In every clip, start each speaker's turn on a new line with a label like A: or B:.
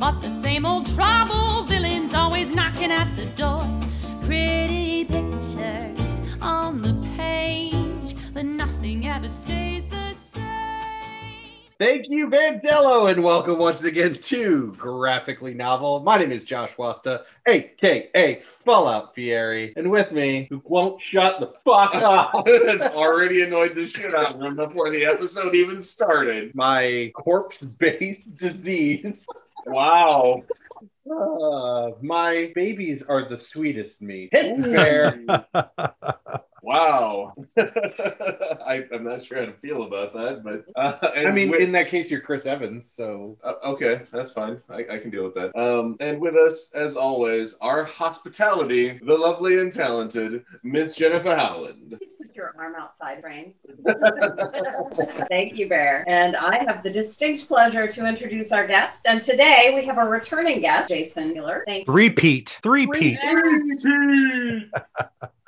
A: But the same old trouble villains always knocking at the door. Pretty pictures on the page, but nothing ever stays the same.
B: Thank you, Vandello, and welcome once again to Graphically Novel. My name is Josh Wasta, aka Fallout Fieri, and with me, who won't shut the fuck up,
C: has already annoyed the shit out of him before the episode even started.
B: my corpse-based disease.
C: Wow.
B: Uh, my babies are the sweetest meat. Hit bear.
C: Wow. I, I'm not sure how to feel about that, but uh, and
B: I mean,
C: with-
B: in that case, you're Chris Evans, so
C: uh, okay, that's fine. I, I can deal with that. Um, and with us, as always, our hospitality, the lovely and talented Miss Jennifer Howland.
D: Put your arm outside, Brain. Thank you, Bear. And I have the distinct pleasure to introduce our guest. And today we have a returning guest, Jason Miller. Thank you.
E: Repeat. Three peat.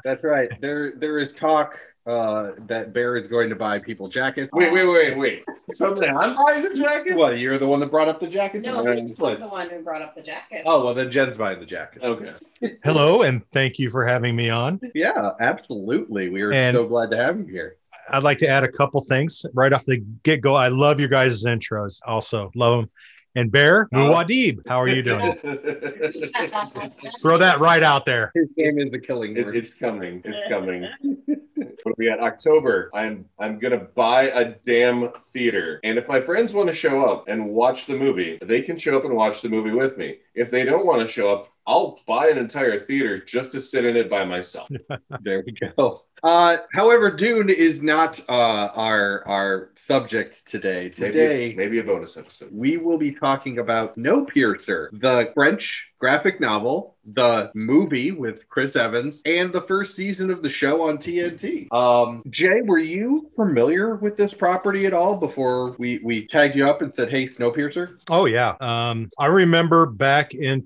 B: that's right. There, there is talk uh, that Bear is going to buy people jackets.
C: Wait, wait, wait, wait. Something I'm buying the jacket?
B: Well, you're the one that brought up the jacket.
D: No,
B: Alright,
D: he's
B: split.
D: the one who brought up the jacket.
B: Oh well, then Jen's buying the jacket.
C: Okay.
E: Hello, and thank you for having me on.
B: Yeah, absolutely. We are
E: And-
B: so glad to have you here.
E: I'd like to add a couple things right off the get go. I love your guys' intros. Also, love them. And Bear
C: Oh.
E: Muad'Dib, how are you doing? Throw that right out there.
B: His name is the Killing
C: It,
B: Word.
C: it's coming. It's coming. what are we at? October. I'm I'm gonna buy a damn theater. And if my friends want to show up and watch the movie, they can show up and watch the movie with me. If they don't want to show up, I'll buy an entire theater just to sit in it by myself.
B: There we go. Uh, however, Dune is not uh, our our subject today. Today.
C: Maybe, maybe a bonus episode.
B: We will be talking about No Piercer, the French graphic novel, the movie with Chris Evans, and the first season of the show on TNT. Um, Jay, were you familiar with this property at all before we, we tagged you up and said, hey, Snowpiercer?
E: Oh yeah. Um, I remember back in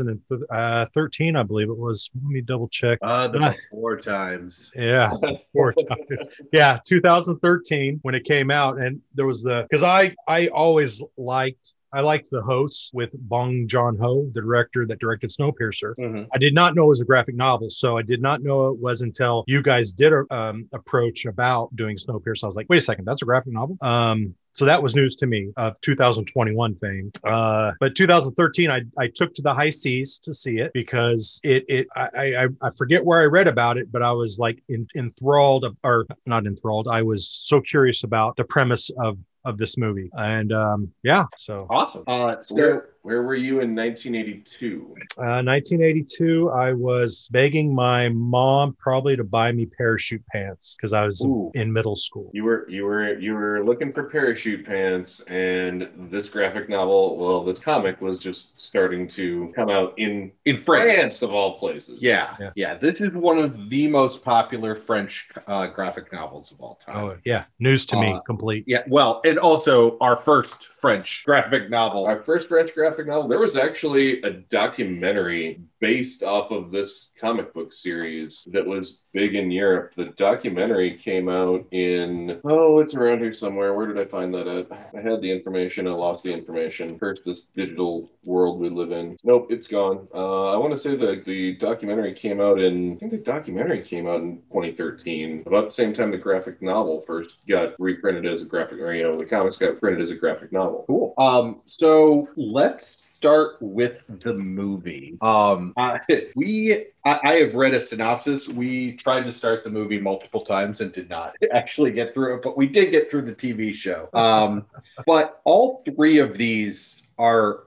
E: 2013, uh, I believe it was. Let me double check.
B: Uh,
E: the
B: four times.
E: Yeah, four times. Yeah, 2013 when it came out, and there was the because I I always liked I liked the hosts with Bong Joon Ho, the director that directed Snowpiercer.
C: Mm-hmm.
E: I did not know it was a graphic novel, so I did not know it was until you guys did a um, approach about doing Snowpiercer. I was like, wait a second, that's a graphic novel. Um, so that was news to me of 2021 fame. Uh, but 2013, I, I took to the high seas to see it because it it I, I I forget where I read about it, but I was like en- enthralled or not enthralled. I was so curious about the premise of of this movie, and um, yeah, so
B: Awesome. Uh, so,
C: Where, where were you in 1982?
E: Uh, 1982, I was begging my mom probably to buy me parachute pants because I was
B: Ooh.
E: in middle school.
C: You were you were you were looking for parachute pants, and this graphic novel, well, this comic was just starting to come out in
B: in French.
C: France of all places.
B: Yeah, yeah,
E: Yeah.
B: This is one of the most popular French uh, graphic novels of all time.
E: Oh, yeah. News to me,
B: Uh,
E: complete.
B: Yeah, well, and also our first French graphic novel.
C: Our first French graphic novel. There was actually a documentary based off of this comic book series that was big in Europe. The documentary came out in oh, it's around here somewhere. Where did I find that at? I had the information. I lost the information. First, this digital world we live in. Nope, it's gone. Uh, I want to say that the documentary came out in. I think the documentary came out in 2013, about the same time the graphic novel first got reprinted as a graphic, or you know, the comics got printed as a graphic novel.
B: Cool. Um, so let's start with the movie. Um, I, we, I, I have read a synopsis. We tried to start the movie multiple times and did not actually get through it, but we did get through the TV show. Um, but all three of these are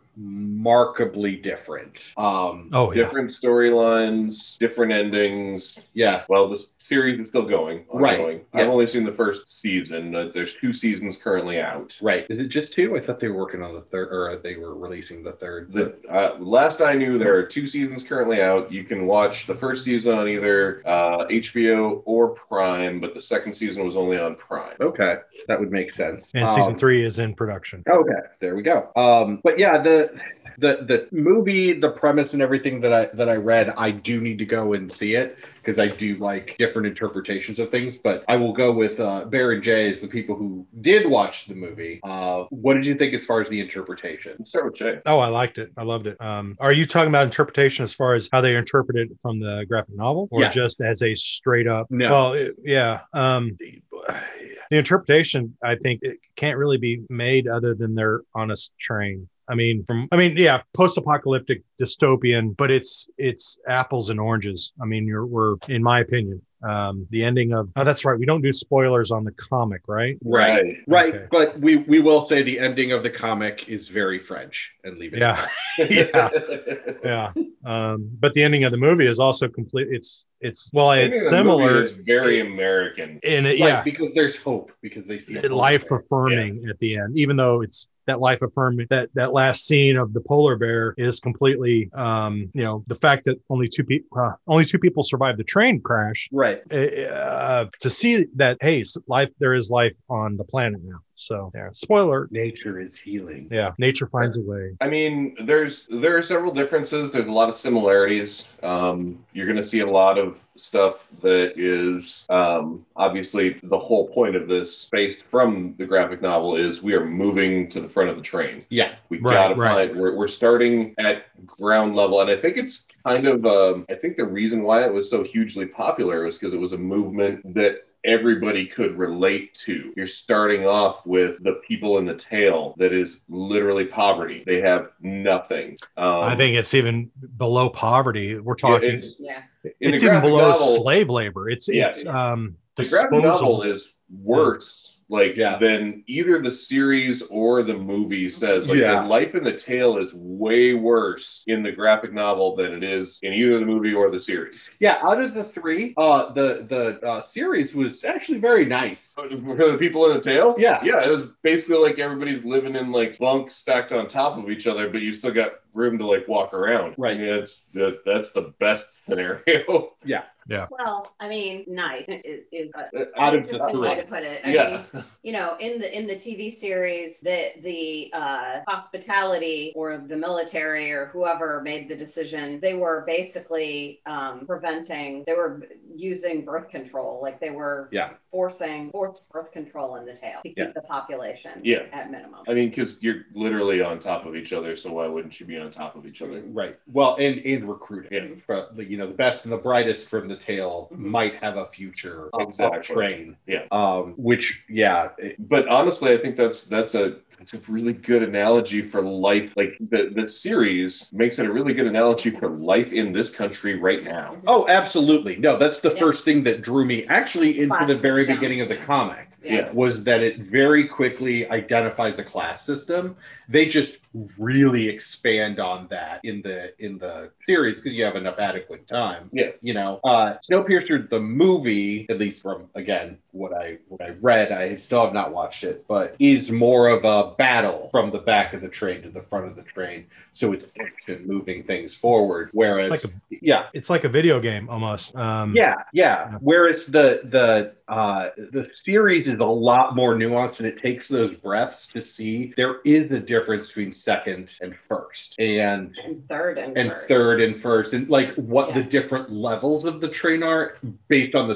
B: markably different. Um,
E: Oh, yeah.
C: different storylines, different endings.
B: yeah.
C: Well, this series is still going.
B: Right.
C: ongoing.
B: Yeah.
C: I've only seen the first season. Uh, there's two seasons currently out.
B: Right. Is it just two? I thought they were working on the third, or they were releasing the third.
C: The uh, last I knew, there are two seasons currently out. You can watch the first season on either uh, HBO or Prime, but the second season was only on Prime.
B: okay, that would make sense.
E: And season
B: Um,
E: three is in production.
B: Okay, there we go. Um, but yeah, the the the movie, the premise, and everything that I that I read, I do need to go and see it because I do like different interpretations of things. But I will go with uh, Bear and Jay as the people who did watch the movie. Uh, what did you think as far as the interpretation?
C: Let's start with Jay.
E: Oh, I liked it. I loved it. Um, are you talking about interpretation as far as how they interpret it from the graphic novel, or
B: Yeah.
E: just as a straight up?
B: No.
E: Well, it- yeah. Um, the interpretation, I think, it can't really be made other than they're on a s- train. I mean, from I mean, yeah, post-apocalyptic dystopian, but it's it's apples and oranges. I mean, you're we're in my opinion, um, the ending of oh, that's right. We don't do spoilers on the comic, right?
B: Right,
E: Okay.
B: but we we will say the ending of the comic is very French and leave it. at
E: Yeah. yeah.
C: Right.
E: yeah um but the ending of the movie is also complete it's it's well
C: I
E: it's
C: think the movie
E: similar
C: is very American.
E: and it,
B: that.
E: yeah
B: Like, because there's hope because they see hope
E: life
B: there.
E: affirming at the end even though it's that life affirming that that last scene of the polar bear is completely um you know the fact that only two people uh, only two people survived the train crash
B: Right.
E: uh, to see that hey s- life there is life on the planet now so yeah spoiler
B: Nature is healing.
E: yeah nature finds a way
C: I mean, there's there are several differences. There's a lot of similarities. Um, you're going to see a lot of stuff that is um, obviously the whole point of this, based from the graphic novel, is we are moving to the front of the train.
B: Yeah.
C: We
E: Right,
C: gotta
E: right.
C: find. We're, we're starting at ground level, and I think it's kind of. Um, I think the reason why it was so hugely popular was because it was a movement that everybody could relate to. You're starting off with the people in the tail that is literally poverty. They have nothing. Um,
E: i think it's even below poverty we're talking
C: it's-
D: Yeah.
C: in the
E: it's even
C: graphic
E: below
C: novel-
E: slave labor. It's
C: Yeah.
E: it's um
C: the graphic novel
E: disposal.
C: is worse like
B: Yeah.
C: than either the series or the movie says like
B: Yeah.
C: the life in the tale is way worse in the graphic novel than it is in either the movie or the series
B: Yeah, out of the three, uh the the uh, series was actually very nice.
C: Uh, For the people in the tale
B: Yeah.
C: yeah it was basically like everybody's living in like bunks stacked on top of each other but you still got room to like walk around
B: Right.
C: I mean, that's that, that's the best scenario
D: Well, I mean, nice is, is a
B: Out of the
D: different way to
B: three.
D: put it. I mean,
C: yeah
D: you know, in the in the TV series, the the uh, hospitality or the military or whoever made the decision, they were basically um, preventing. They were using birth control, like they were
B: Yeah.
D: forcing forced birth control in the tail to keep
B: Yeah.
D: the population
C: Yeah.
D: at minimum.
C: i mean because you're literally on top of each other so why wouldn't you be on top of each other
B: Right. Well, and and recruiting.
C: Yeah. Mm-hmm.
B: Fro- the- you know, the best and the brightest from the tail
D: Mhm.
B: might have a future on- on a
C: Oh, Exactly.
B: train.
C: Yeah.
B: Um, which yeah, it-
C: but honestly, I think that's that's a that's a really good analogy for life. Like the the series makes it a really good analogy for life in this country right now.
B: oh, absolutely. No, that's the
D: Yeah.
B: first thing that drew me actually into the
D: Classes
B: very
D: down.
B: beginning of the comic.
C: Yeah.
B: was that it very quickly identifies a class system. They just really expand on that in the in the series because you have enough adequate time.
C: Yeah.
B: You know, uh Snowpiercer the movie, at least from again what I what I read, I still have not watched it, but is more of a battle from the back of the train to the front of the train. So it's action moving things forward. Whereas
E: It's like a
B: yeah,
E: it's like a video game almost. Um,
B: yeah, yeah.
E: Yeah.
B: Whereas the the uh, the series is a lot more nuanced, and it takes those breaths to see there is a difference between second and first, and
D: And third and,
B: and
D: first.
B: third and first, and like what the
D: Yeah.
B: different levels of the train are based on the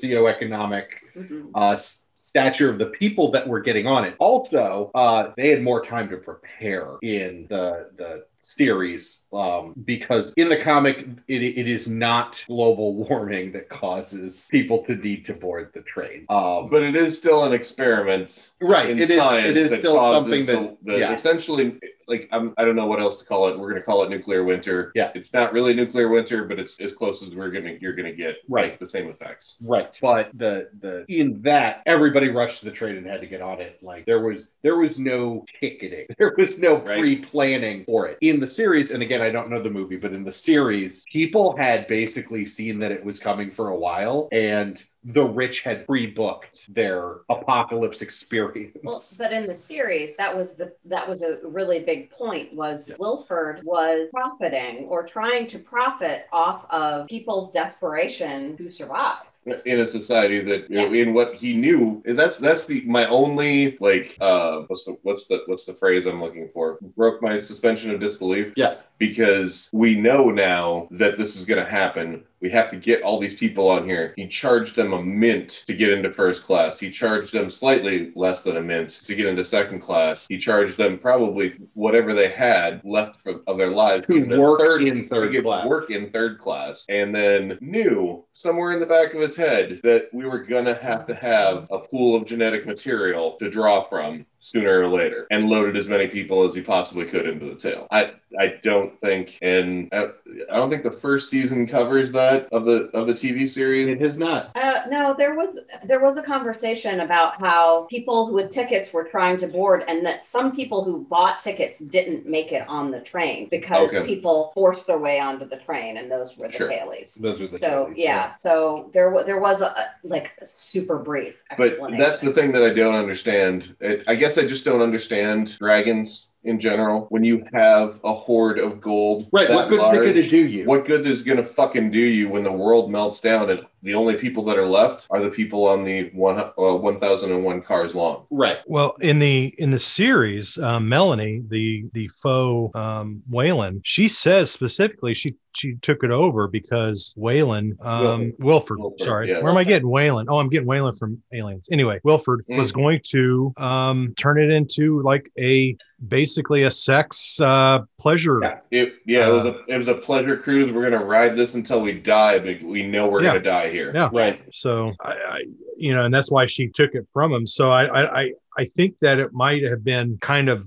B: socioeconomic
D: Mhm.
B: uh, s- stature of the people that were getting on it. Also, uh, they had more time to prepare in the the series um, because in the comic, it, it is not global warming that causes people to need to board the train. Um, but
C: But it is still an experiment
B: right,
C: in
B: it is
C: science
B: it is
C: that
B: still
C: causes
B: something that
C: the, the-
B: yeah.
C: essentially like I'm, I don't know what else to call it. We're going to call it nuclear winter.
B: Yeah.
C: it's not really nuclear winter, but it's as close as we're gonna you're gonna get
B: Right.
C: like, the same effects.
B: Right, but the the in that everybody rushed to the train and had to get on it. Like there was there was no ticketing, there was no
C: Right.
B: pre-planning for it in the series. And again, I don't know the movie, but in the series, people had basically seen that it was coming for a while, and the rich had pre-booked their apocalypse experience.
D: Well, but in the series, that was the that was a really big point. Was
B: Yeah.
D: Wilford was profiting or trying to profit off of people's desperation who survived.
C: in a society that you know, in what he knew that's that's the my only like uh what's the what's the what's the phrase i'm looking for broke my suspension of disbelief
B: Yeah.
C: because we know now that this is going to happen we have to get all these people on here he charged them a mint to get into first class he charged them slightly less than a mint to get into second class he charged them probably whatever they had left for, of their lives
B: To
C: into
B: work in third
C: to get
B: class.
C: work in third class and then knew somewhere in the back of his head that we were gonna have to have a pool of genetic material to draw from sooner or later and loaded as many people as he possibly could into the tail i i don't think and i, I don't think the first season covers that of the of the tv series
B: It has not.
D: Uh, no, there was there was a conversation about how people with tickets were trying to board, and that some people who bought tickets didn't make it on the train because
C: Okay.
D: people forced their way onto the train, and those were the
C: Sure.
D: tailies.
B: Those are the
D: So
B: Kennedys,
D: yeah, so there was there was a like a super brief.
C: But that's the
D: explanation.
C: thing that I don't understand. It, I guess I just don't understand dragons in general. When you have a hoard of gold,
B: Right.
C: that
B: What good's it
C: large,
B: going to do you?
C: What good is gonna fucking do you when the world melts down and the only people that are left are the people on the one uh, one thousand and one cars long?
B: Right.
E: Well, in the in the series, uh, Melanie, the the faux um, Waylon, she says specifically she she took it over because Waylon um, Wilford,
C: Wilford,
E: sorry,
C: yeah.
E: where am I getting Waylon? Oh, I'm getting Waylon from Aliens. Anyway, Wilford was
C: Mhm.
E: going to um, turn it into like a basically a sex uh, pleasure.
C: Yeah, it yeah, it was
B: Uh.
C: a it was a pleasure cruise. We're gonna ride this until we die, but we know we're
E: Yeah.
C: gonna die here.
E: Yeah.
B: Right.
E: So I, I, you know, and that's why she took it from him. So I, I, I, I think that it might have been kind of,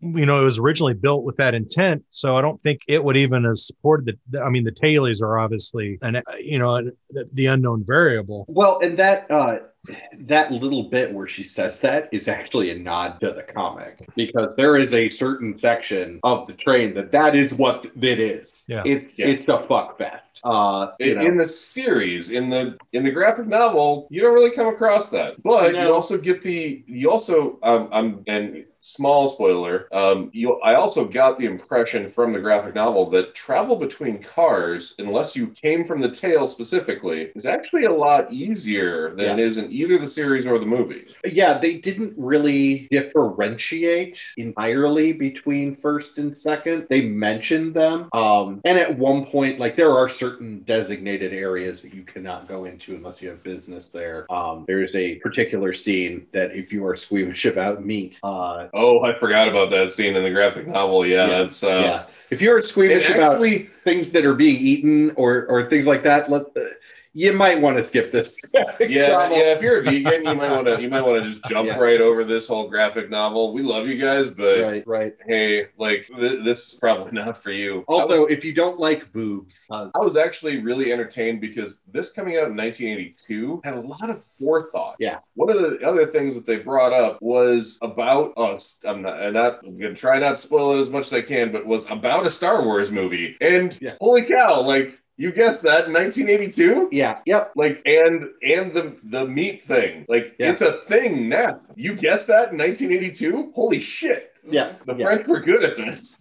E: you know, it was originally built with that intent. So I don't think it would even have supported the. I mean, the tailies are obviously an, you know, an, the unknown variable.
B: Well, and that uh, that little bit where she says that is actually a nod to the comic because there is a certain section of the train that that is what it is.
E: Yeah.
B: It's
C: Yeah.
B: it's a fuck fest. Uh, you
C: In
B: know.
C: in the series, in the in the graphic novel, you don't really come across that, but
B: No.
C: you also get the you also um, I'm and small spoiler um you i also got the impression from the graphic novel that travel between cars unless you came from the tail specifically is actually a lot easier than it is in either the series or the movie
B: yeah, they didn't really differentiate entirely between first and second. They mentioned them. Um, and at one point, like there are certain designated areas that you cannot go into unless you have business there. Um, there's a particular scene that if you are squeamish about meat, uh,
C: oh i forgot about that scene in the graphic novel yeah,
B: Yeah.
C: that's uh
B: yeah, if you are
C: it
B: squeamish about
C: actually
B: things that are being eaten or or things like that, let uh, you might want to skip this.
C: yeah,
B: Travel.
C: yeah. If you're a vegan, you might want to you might want to just jump
B: Yeah.
C: right over this whole graphic novel. We love you guys, but
B: Right, right.
C: hey, like th- this is probably not for you. I was,
B: Also, if you don't like boobs, uh,
C: I was actually really entertained because this coming out in 1982 had a lot of forethought.
B: Yeah.
C: One of the other things that they brought up was about us. I'm not. I'm not. I'm gonna try not to spoil it as much as I can, but was about a Star Wars movie. And
B: Yeah.
C: holy cow, like. You guessed that, 1982?
B: yeah, yep.
C: like and and the the meat thing like
B: Yeah.
C: it's a thing now you guessed that in 1982 holy shit
B: Yeah.
C: the
B: Yeah.
C: french were good at this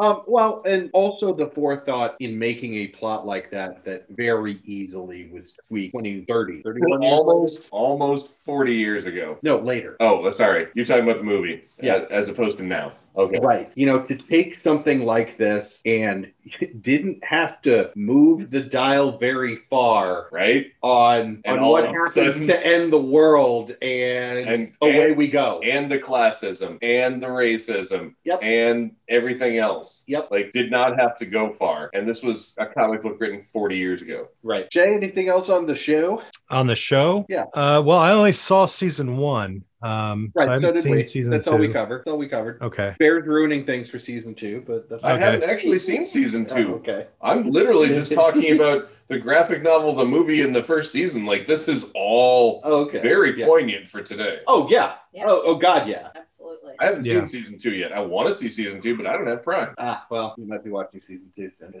B: Um, well, and also the forethought in making a plot like that that very easily was tweaked 20, 30, 31 years
C: almost almost 40 years ago
B: later. No, later.
C: oh sorry you're talking about the movie
B: Yeah.
C: as, as opposed to now okay
B: Right. You know, to take something like this and didn't have to move the dial very far
C: right
B: on, on
C: And all
B: what
C: of a
B: happens
C: sudden-
B: to end the world and,
C: And-
B: away we go.
C: and the classism and the racism
B: Yep.
C: and everything else
B: Yep.
C: like did not have to go far and this was a comic book written 40 years ago
B: right. Jay, anything else on the show?
E: On the show,
B: Yeah.
E: Uh, well, I only saw season one. Um, so I
B: Right. So,
E: haven't
B: did
E: seen
B: we.
E: season
B: That's
E: two.
B: all we covered. That's all we covered.
E: okay.
B: Bears ruining things for season two, but that's
C: i
E: Okay.
C: haven't actually seen season two
B: Oh, okay.
C: I'm literally just talking about the graphic novel, the movie, and the first season. Like this is all
B: Oh, okay.
C: very
B: Yeah.
C: poignant for today.
B: Oh yeah.
D: Yeah.
B: Oh oh god yeah.
D: absolutely.
C: I haven't
E: Yeah.
C: seen season two yet. I want to see season two, but I don't have Prime.
B: Ah well, you might be watching season two. Then.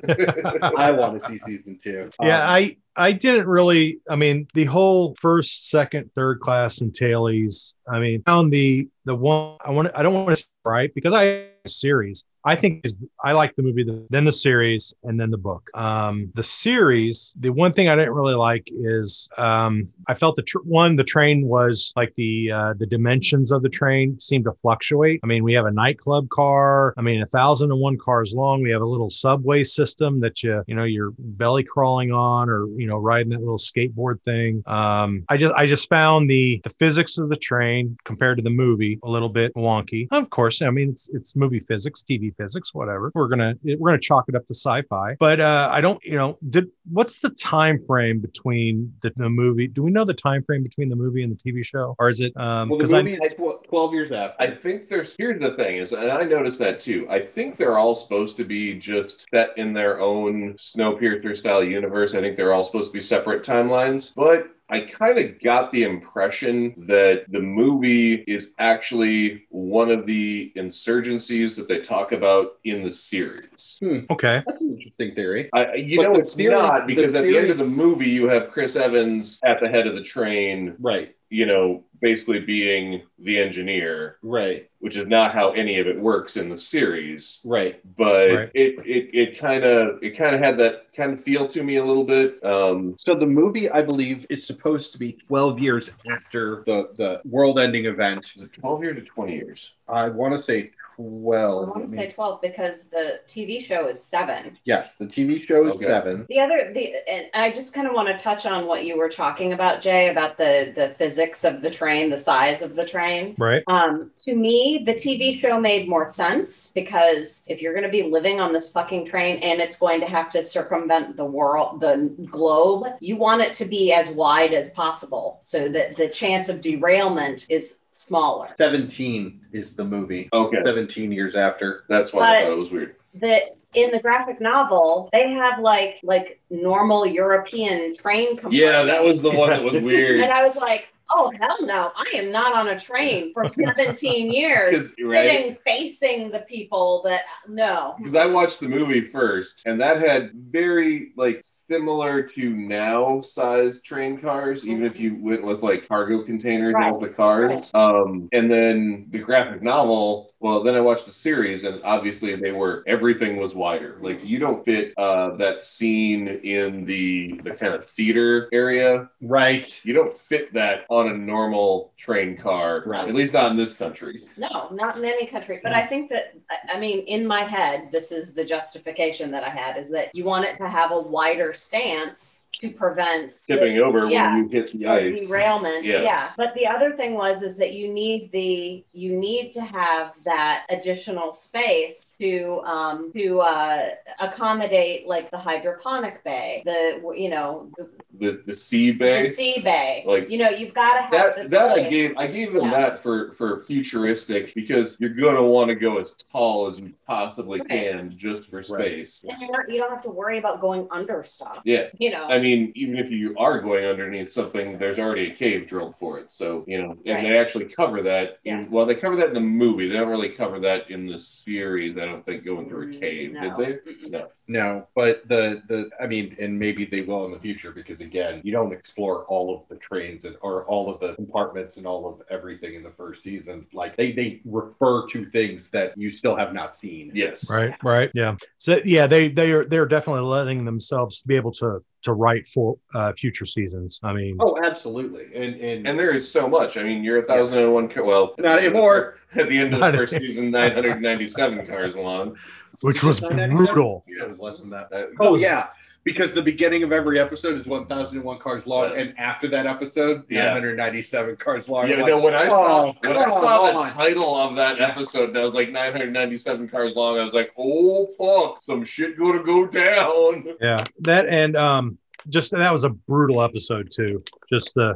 B: I want to see season two.
E: yeah,
B: Um,
E: I I didn't really. I mean, the whole first, second, third class and tailies. I mean, found the the one I want. I don't want to right because I series. I think is I like the movie, then the series, and then the book. Um, the series, the one thing I didn't really like is um, I felt the tr- one the train was like the uh, the dimensions of the train seemed to fluctuate. I mean, we have a nightclub car. I mean, a thousand and one cars long. We have a little subway system that you you know you're belly crawling on or you know riding that little skateboard thing. Um, I just I just found the the physics of the train compared to the movie a little bit wonky. Of course, I mean it's it's movie physics, TV physics, whatever. We're gonna we're gonna chalk it up to sci-fi. But uh, I don't, you know, did what's the time frame between the, the movie? Do we know the time frame between the movie and the TV show, or is it? Um,
B: Well, the
E: because
B: movie is tw- 12 years
C: I
B: after.
C: think there's here's the thing is, and I noticed that too. I think they're all supposed to be just set in their own Snowpiercer style universe. I think they're all supposed to be separate timelines, but. I kind of got the impression that the movie is actually one of the insurgencies that they talk about in the series.
E: I, okay,
B: That's an interesting theory.
C: I, you
B: But
C: know,
B: the
C: it's
B: series-
C: not because
B: the
C: at the end of the
B: series-
C: movie, you have Chris Evans at the head of the train,
B: Right,
C: you know, basically being the engineer,
B: right,
C: which is not how any of it works in the series.
B: right.
C: But
E: Right.
C: it it it kind of it kind of had that kind of feel to me a little bit. Um,
B: So the movie, I believe, is supposed to be 12 years after the, the world-ending event.
C: is it twelve year to twenty years?
B: I want to say
D: I
B: 12.
D: want to
B: Let me-
D: say 12 because the TV show is seven.
B: yes, the TV show is
C: Okay.
B: 7.
D: The other, the and I just kind of want to touch on what you were talking about, Jay, about the the physics of the train, the size of the train.
E: right.
D: Um, to me, the TV show made more sense because if you're going to be living on this fucking train and it's going to have to circumvent the world, the globe, you want it to be as wide as possible so that the chance of derailment is smaller.
B: 17 is the movie.
C: Okay,
B: 17 years after.
C: that's why I
D: But-
C: thought it was weird.
D: That in the graphic novel, they have like like normal European train compartments.
C: Yeah, that was the one that was
D: And
C: weird.
D: I was like, oh, hell no. I am not on a train for 17 years.
C: 'Cause- right?
D: Sitting facing the people that, no.
C: because I watched the movie first, and that had very like similar to now sized train cars, even if you went with like cargo containers
D: Right.
C: as the cars. Um, and then the graphic novel. Well, then I watched the series, and obviously they were everything was wider. Like you don't fit uh, that scene in the the kind of theater area.
B: Right.
C: You don't fit that on a normal train car,
B: Right.
C: at least not in this country.
D: No, not in any country. But I think that, I- I mean, in my head, this is the justification that I had is that you want it to have a wider stance to prevent
C: Tipping over
D: Yeah.
C: when you hit the
D: or
C: ice.
D: derailment.
C: Yeah.
D: Yeah. But the other thing was is that you need the you need to have that additional space to um to uh accommodate like the hydroponic bay, the you know the
C: The the sea bay.
D: sea bay.
C: Like-
D: you know, you've got to have
C: that
D: this
C: that I
D: space.
C: gave I gave them
D: Yeah.
C: that for for futuristic because you're gonna want to go as tall as you possibly
D: Right.
C: can just for space.
D: And you're not, you don't have to worry about going under stuff.
C: Yeah,
D: You know,
C: I mean, even if you are going underneath something, there's already a cave drilled for it. So you know, and
D: Right.
C: they actually cover that.
D: Yeah.
C: In, well, they cover that in the movie. They don't really cover that in the series. I don't think going through a
D: Mm,
C: cave
D: no.
C: did they?
D: Mm-mm.
C: No.
B: No, but the the I mean, and maybe they will in the future because again, you don't explore all of the trains and or all of the compartments and all of everything in the first season. Like they they refer to things that you still have not seen.
C: Yes.
E: right right yeah so yeah they they are they're definitely letting themselves be able to to write for uh future seasons i mean
B: Oh, absolutely. And and,
C: And there is so much. I mean, you're a thousand and one. Ca- well,
B: Not anymore.
C: At the end of the
E: Not
C: first season, 997 cars long.
E: which was
B: 1997?
E: brutal
B: Yeah, it was less than that.
C: Uh,
B: Oh yeah. Because the beginning of every episode is 1001 cars long, and after that episode,
C: Yeah.
B: 997 cars long.
C: Yeah,
B: Like,
C: no. When I saw
B: oh,
C: when I
B: come
C: saw the
B: on.
C: title of that episode, that was like 997 cars long. I was like, "Oh fuck, some shit gonna go down."
E: yeah that and um just that was a brutal episode too just the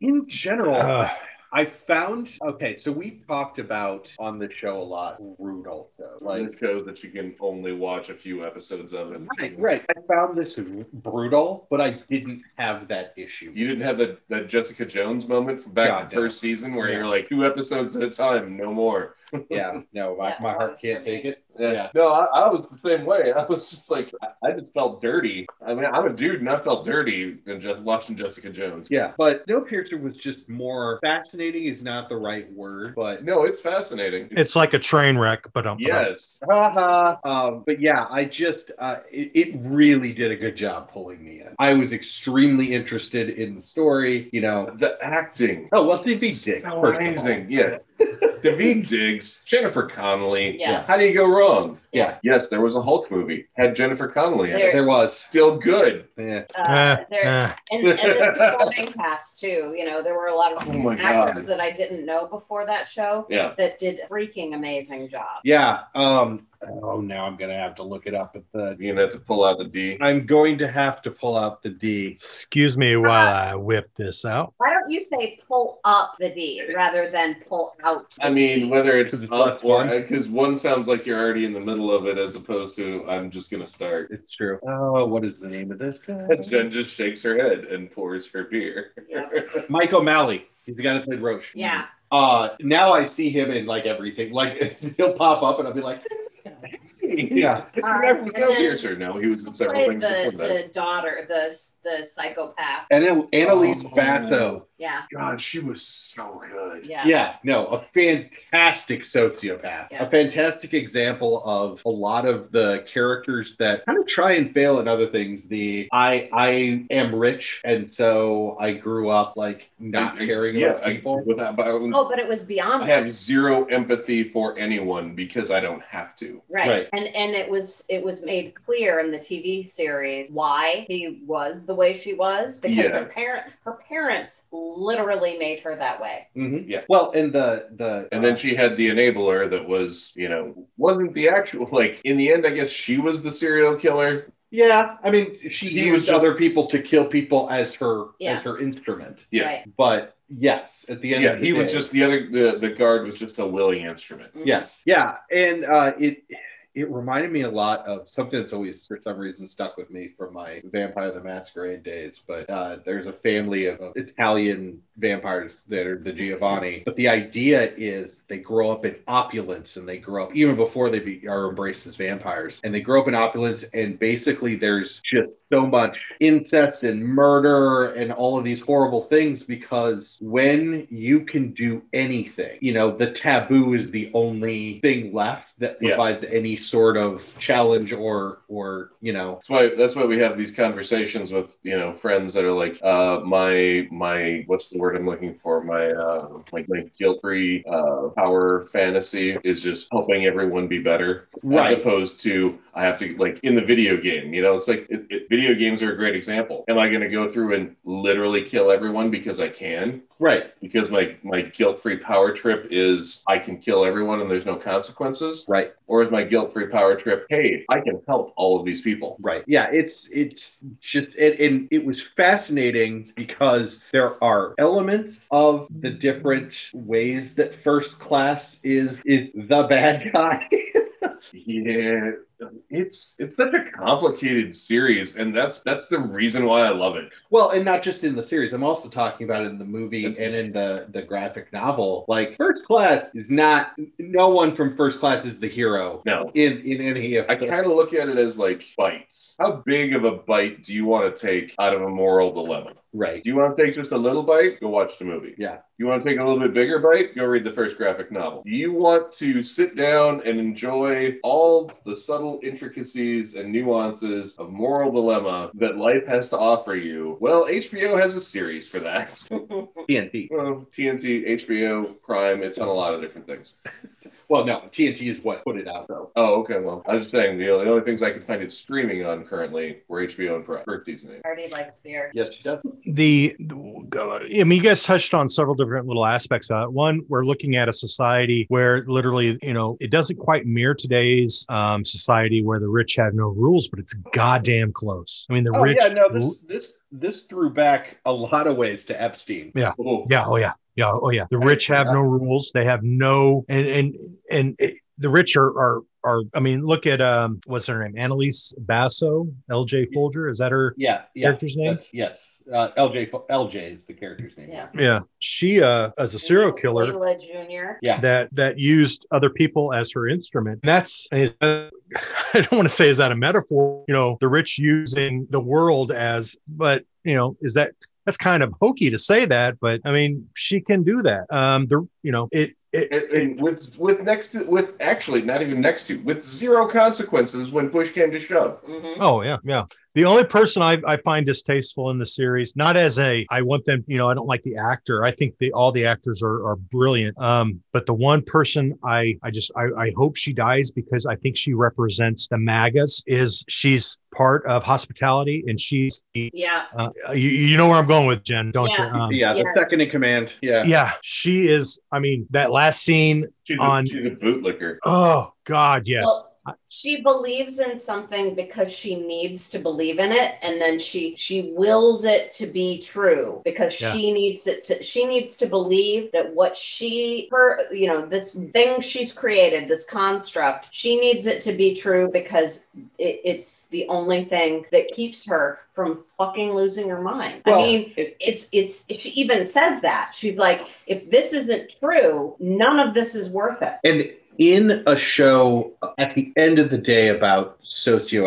B: in general,
E: Uh.
B: I found okay. So we've talked about on the show a lot brutal though, like
C: Like show that you can only watch a few episodes of it.
B: right, right. I found this brutal, but I didn't have that issue.
C: You didn't have that that Jessica Jones moment from back
B: God,
C: in the
B: no.
C: first season where
B: Yeah.
C: you're like two episodes at a time, no more.
B: yeah, no, my, my heart can't take it.
C: Yeah. No, I, I was the same way. I was just like, I- I just felt dirty. I mean, I'm a dude and I felt dirty and just watching Jessica Jones.
B: Yeah, but Snowpiercer was just more fascinating. Is not the right word, but
C: No, it's fascinating.
E: It's like a train wreck, but um,
C: yes.
B: Um, but yeah, I just uh, it, it really did a good job pulling me in. I was extremely interested in the story. You know,
C: The acting.
B: oh well, they'd be dick.
C: So amazing. Yeah. David Diggs, Jennifer Connelly.
D: Yeah.
C: How do you go wrong?
B: Yeah.
C: Yes, there was a Hulk movie. Had Jennifer Connelly in it.
B: There was.
C: Still good.
B: Yeah.
D: Uh,
E: Eh,
D: there,
E: eh.
D: and, and the supporting cast too. You know, there were a lot of
C: Oh my
D: actors that I didn't know before that show
C: Yeah.
D: that did a freaking amazing job.
B: Yeah. Um. Oh, now I'm gonna have to look it up. At the,
C: You have to pull out the D.
B: I'm going to have to pull out the D.
E: Excuse me while I whip this out.
D: Why don't you say pull up the D rather than pull out?
C: I mean, whether it's
B: 'Cause it's
C: up
B: left
C: or
B: one.
C: because one sounds like you're already in the middle of it, as opposed to I'm just gonna start.
B: It's true. Oh, what is the name of this guy?
C: Jen just shakes her head and pours her beer.
B: Mike O'Malley. He's the guy that played Roach.
D: yeah,
B: Uh, now I see him in like everything. Like he'll pop up and I'll be like, yeah.
D: Um,
C: Yeah, from
D: and then-
C: Snowpiercer. No, he was in several
D: played
C: things
D: the,
C: before that.
D: the daughter, the the psychopath.
B: And then Annalise
C: Oh.
B: Basso.
D: Yeah,
C: God, she was so good.
D: yeah,
B: Yeah, no, a fantastic sociopath.
D: Yeah.
B: A fantastic example of a lot of the characters that kind of try and fail in other things. The I I am rich and so I grew up like not
C: I- I-
B: caring
C: yeah,
B: about people.
C: I, without, but I, would-
D: Oh, but it was beyond
C: I
D: that.
C: have zero empathy for anyone because I don't have to.
D: Right.
B: Right.
D: And and it was it was made clear in the TV series why he was the way she was because
C: Yeah.
D: her parent her parents literally made her that way.
B: Mhm.
C: Yeah.
B: Well, and the the
C: And then she had the enabler that was, you know, wasn't the actual. Like in the end, I guess she was the serial killer.
B: yeah, I mean, she
C: He
B: used
C: was just-
B: other people to kill people as her
D: Yeah.
B: as her instrument.
C: Yeah.
D: Right.
B: But yes, at the end,
C: Yeah,
B: of the
C: he was
B: day-
C: just the other. The the guard was just a willing instrument.
D: Mhm.
B: Yes. Yeah. And uh, it it reminded me a lot of something that's always for some reason stuck with me from my Vampire the Masquerade days. But uh, there's a family of, of Italian vampires that are the Giovanni. But the idea is they grow up in opulence and they grow up even before they be, are embraced as vampires. And they grow up in opulence and basically there's just so much incest and murder and all of these horrible things because when you can do anything, you know, the taboo is the only thing left that
C: Yeah.
B: provides any sort of challenge or or you know
C: That's why that's why we have these conversations with you know friends that are like uh my my what's the word I'm looking for my uh like my guilt free uh power fantasy is just helping everyone be better as opposed to I have to like in the video game you know it's like it, it- video games are a great example am I going to go through and literally kill everyone because I can
B: right
C: because my my guilt free power trip is I can kill everyone and there's no consequences
B: right
C: or is my guilt free power trip hey I can help all of these people
B: right yeah it's it's just it, and it was fascinating because there are elements of the different ways that first class is is the bad guy
C: Yeah, it's it's such a complicated series, and that's that's the reason why I love it.
B: Well, and not just in the series. I'm also talking about it in the movie and in the the graphic novel. Like First Class is not no one from First Class is the hero
C: No,
B: in in any of
C: I kind of look at it as like bites. How big of a bite do you want to take out of a moral dilemma?
B: right.
C: Do you want to take just a little bite? Go watch the movie.
B: Yeah.
C: You want to take a little bit bigger bite? Go read the first graphic novel. You want to sit down and enjoy all the subtle intricacies and nuances of moral dilemma that life has to offer you. Well, HBO has a series for that.
D: Mm-hmm.
B: TNT.
C: Well, TNT, HBO, Prime, it's on a lot of different things.
B: Well, no, TNT is what put it out though.
C: Oh, okay. Well, I was just saying the only, the only things I could find it streaming on currently were HBO and Prime. First season. name.
D: Party likes beer.
B: Yes, she does.
E: the i mean you guys touched on several different little aspects of it one we're looking at a society where literally you know it doesn't quite mirror today's um, society where the rich have no rules but it's goddamn close i mean the
B: Oh
E: rich
B: yeah, no, this this this threw back a lot of ways to Epstein.
C: Oh,
E: yeah oh yeah yeah oh yeah the rich have no rules they have no and and and it, the rich are are are I mean, look at um what's her name? Annalise Basso, LJ Folger. Is that her
B: Yeah, yeah.
E: character's name?
B: That's- yes, uh, LJ. Fo- LJ is the character's name.
D: Yeah.
E: Yeah. She uh as a serial killer
D: Leela Jr.
B: Yeah.
E: that that used other people as her instrument. And that's is, I don't want to say is that a metaphor, you know, the rich using the world as, but you know, is that that's kind of hokey to say that, but I mean, she can do that. Um, the you know, it it,
C: And, and with with next to, with actually not even next to with zero consequences when push came to shove.
D: Mhm.
E: Oh yeah, yeah. The only person I, I find distasteful in the series, not as a I want them, you know, I don't like the actor. I think the all the actors are are brilliant. Um, but the one person I I just I, I hope she dies because I think she represents the MAGAs. Is she's part of hospitality and she's the,
D: Yeah.
E: uh, you, you know where I'm going with Jen, don't you? Um,
B: yeah, the
D: Yeah.
B: second in command. Yeah.
E: yeah, she is. I mean, that last scene.
C: She's,
E: On-
C: a, she's a bootlicker.
E: Oh God, yes.
D: Well, she believes in something because she needs to believe in it and then she she wills it to be true because
E: Yeah.
D: she needs it to she needs to believe that what she her you know this thing she's created this construct she needs it to be true because it, it's the only thing that keeps her from fucking losing her mind
B: Well,
D: i mean
B: it-
D: it's it's she even says that she's like if this isn't true none of this is worth it
B: And in a show at the end of the day about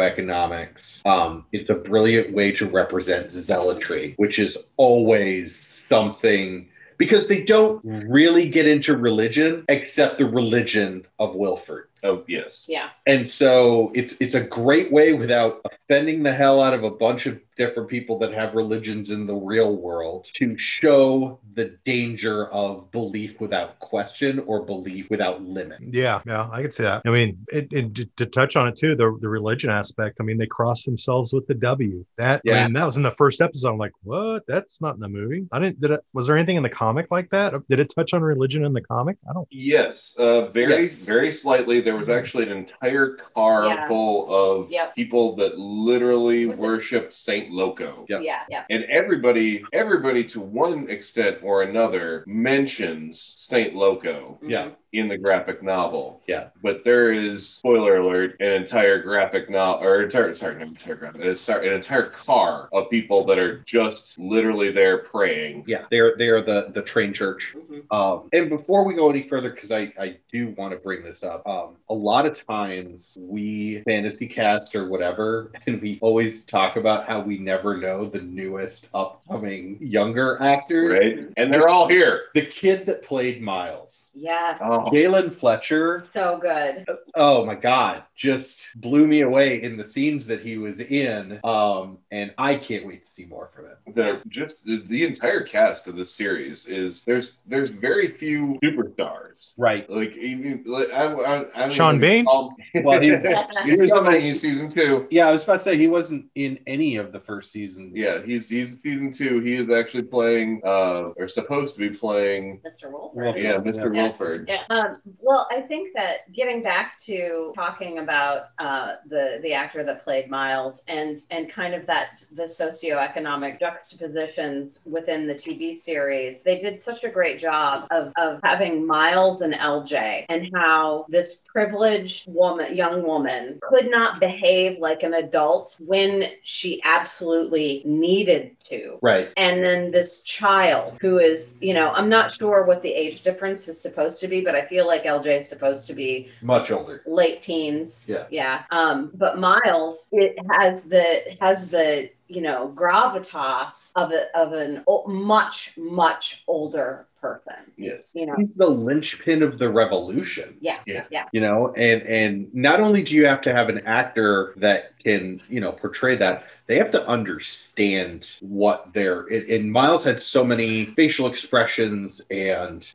B: socioeconomics, um, it's a brilliant way to represent zealotry, which is always something because they don't really get into religion except the religion of Wilford.
C: Oh yes.
D: yeah
B: And so it's it's a great way without offending the hell out of a bunch of different people that have religions in the real world to show the danger of belief without question or belief without limit.
E: Yeah, yeah, I could see that. I mean, it, it, to- to touch on it too, the, the religion aspect. I mean, they crossed themselves with the W. That I
B: Yeah.
E: mean, that was in the first episode. I'm like, what? That's not in the movie. I didn't. Did it? Was there anything in the comic like that? Did it touch on religion in the comic? I don't.
C: Yes, uh, very,
B: Yes. Mm-hmm.
C: very slightly. There was actually an entire car
D: Yeah.
C: full of
D: Yep.
C: people that literally
D: Was it-
C: worshipped Saint Loco.
B: Yep.
D: yeah yeah
C: And everybody, everybody to one extent or another mentions Saint Loco
D: Mm-hmm.
B: Yeah.
C: in the graphic novel.
B: Yeah.
C: But there is, spoiler alert, an entire graphic novel, or entire, sorry, not entire graphic, an entire, an entire car of people that are just literally there praying.
B: Yeah, they're they're the the train church.
D: Mhm.
B: Um, and before we go any further, because I I do want to bring this up. Um, a lot of times we fantasy cast or whatever, and we always talk about how we never know the newest upcoming younger actor.
C: Right? And they're all here.
B: The kid that played Miles,
D: Yeah,
C: Oh,
B: Jalen Fletcher.
D: so good.
B: Oh my God, just blew me away in the scenes that he was in. Um, and I can't wait to see more from him.
C: the just the, the entire cast of this series is there's there's very few superstars.
B: Right.
C: Like even like, I, I, I
E: Sean Bean?
B: Well, he was-
C: He was coming in season two.
B: Yeah, I was about to say he wasn't in any of the first season.
C: Yeah, he's he's season two. He is actually playing, uh, or supposed to be playing.
D: Mr. Wolf.
B: Well,
C: Yeah, Mr.
D: Yeah.
C: Wilford.
D: Yeah. Um, well, I think that getting back to talking about uh, the the actor that played Miles and and kind of that the socioeconomic juxtaposition within the TV series, they did such a great job of of having Miles and LJ and how this privileged woman, young woman, could not behave like an adult when she absolutely needed to.
B: Right.
D: and then this child who is you know i'm not sure what the age difference is supposed to be but i feel like lj is supposed to be
B: Much older.
D: late teens
B: Yeah.
D: yeah um but miles it has the has the you know gravitas of a of an o- much much older person
C: Yes.
D: you know
B: He's the linchpin of the revolution.
D: yeah
C: Yeah.
D: yeah
B: You know, and and not only do you have to have an actor that can, you know, portray that, they have to understand what they're and- and Miles had so many facial expressions and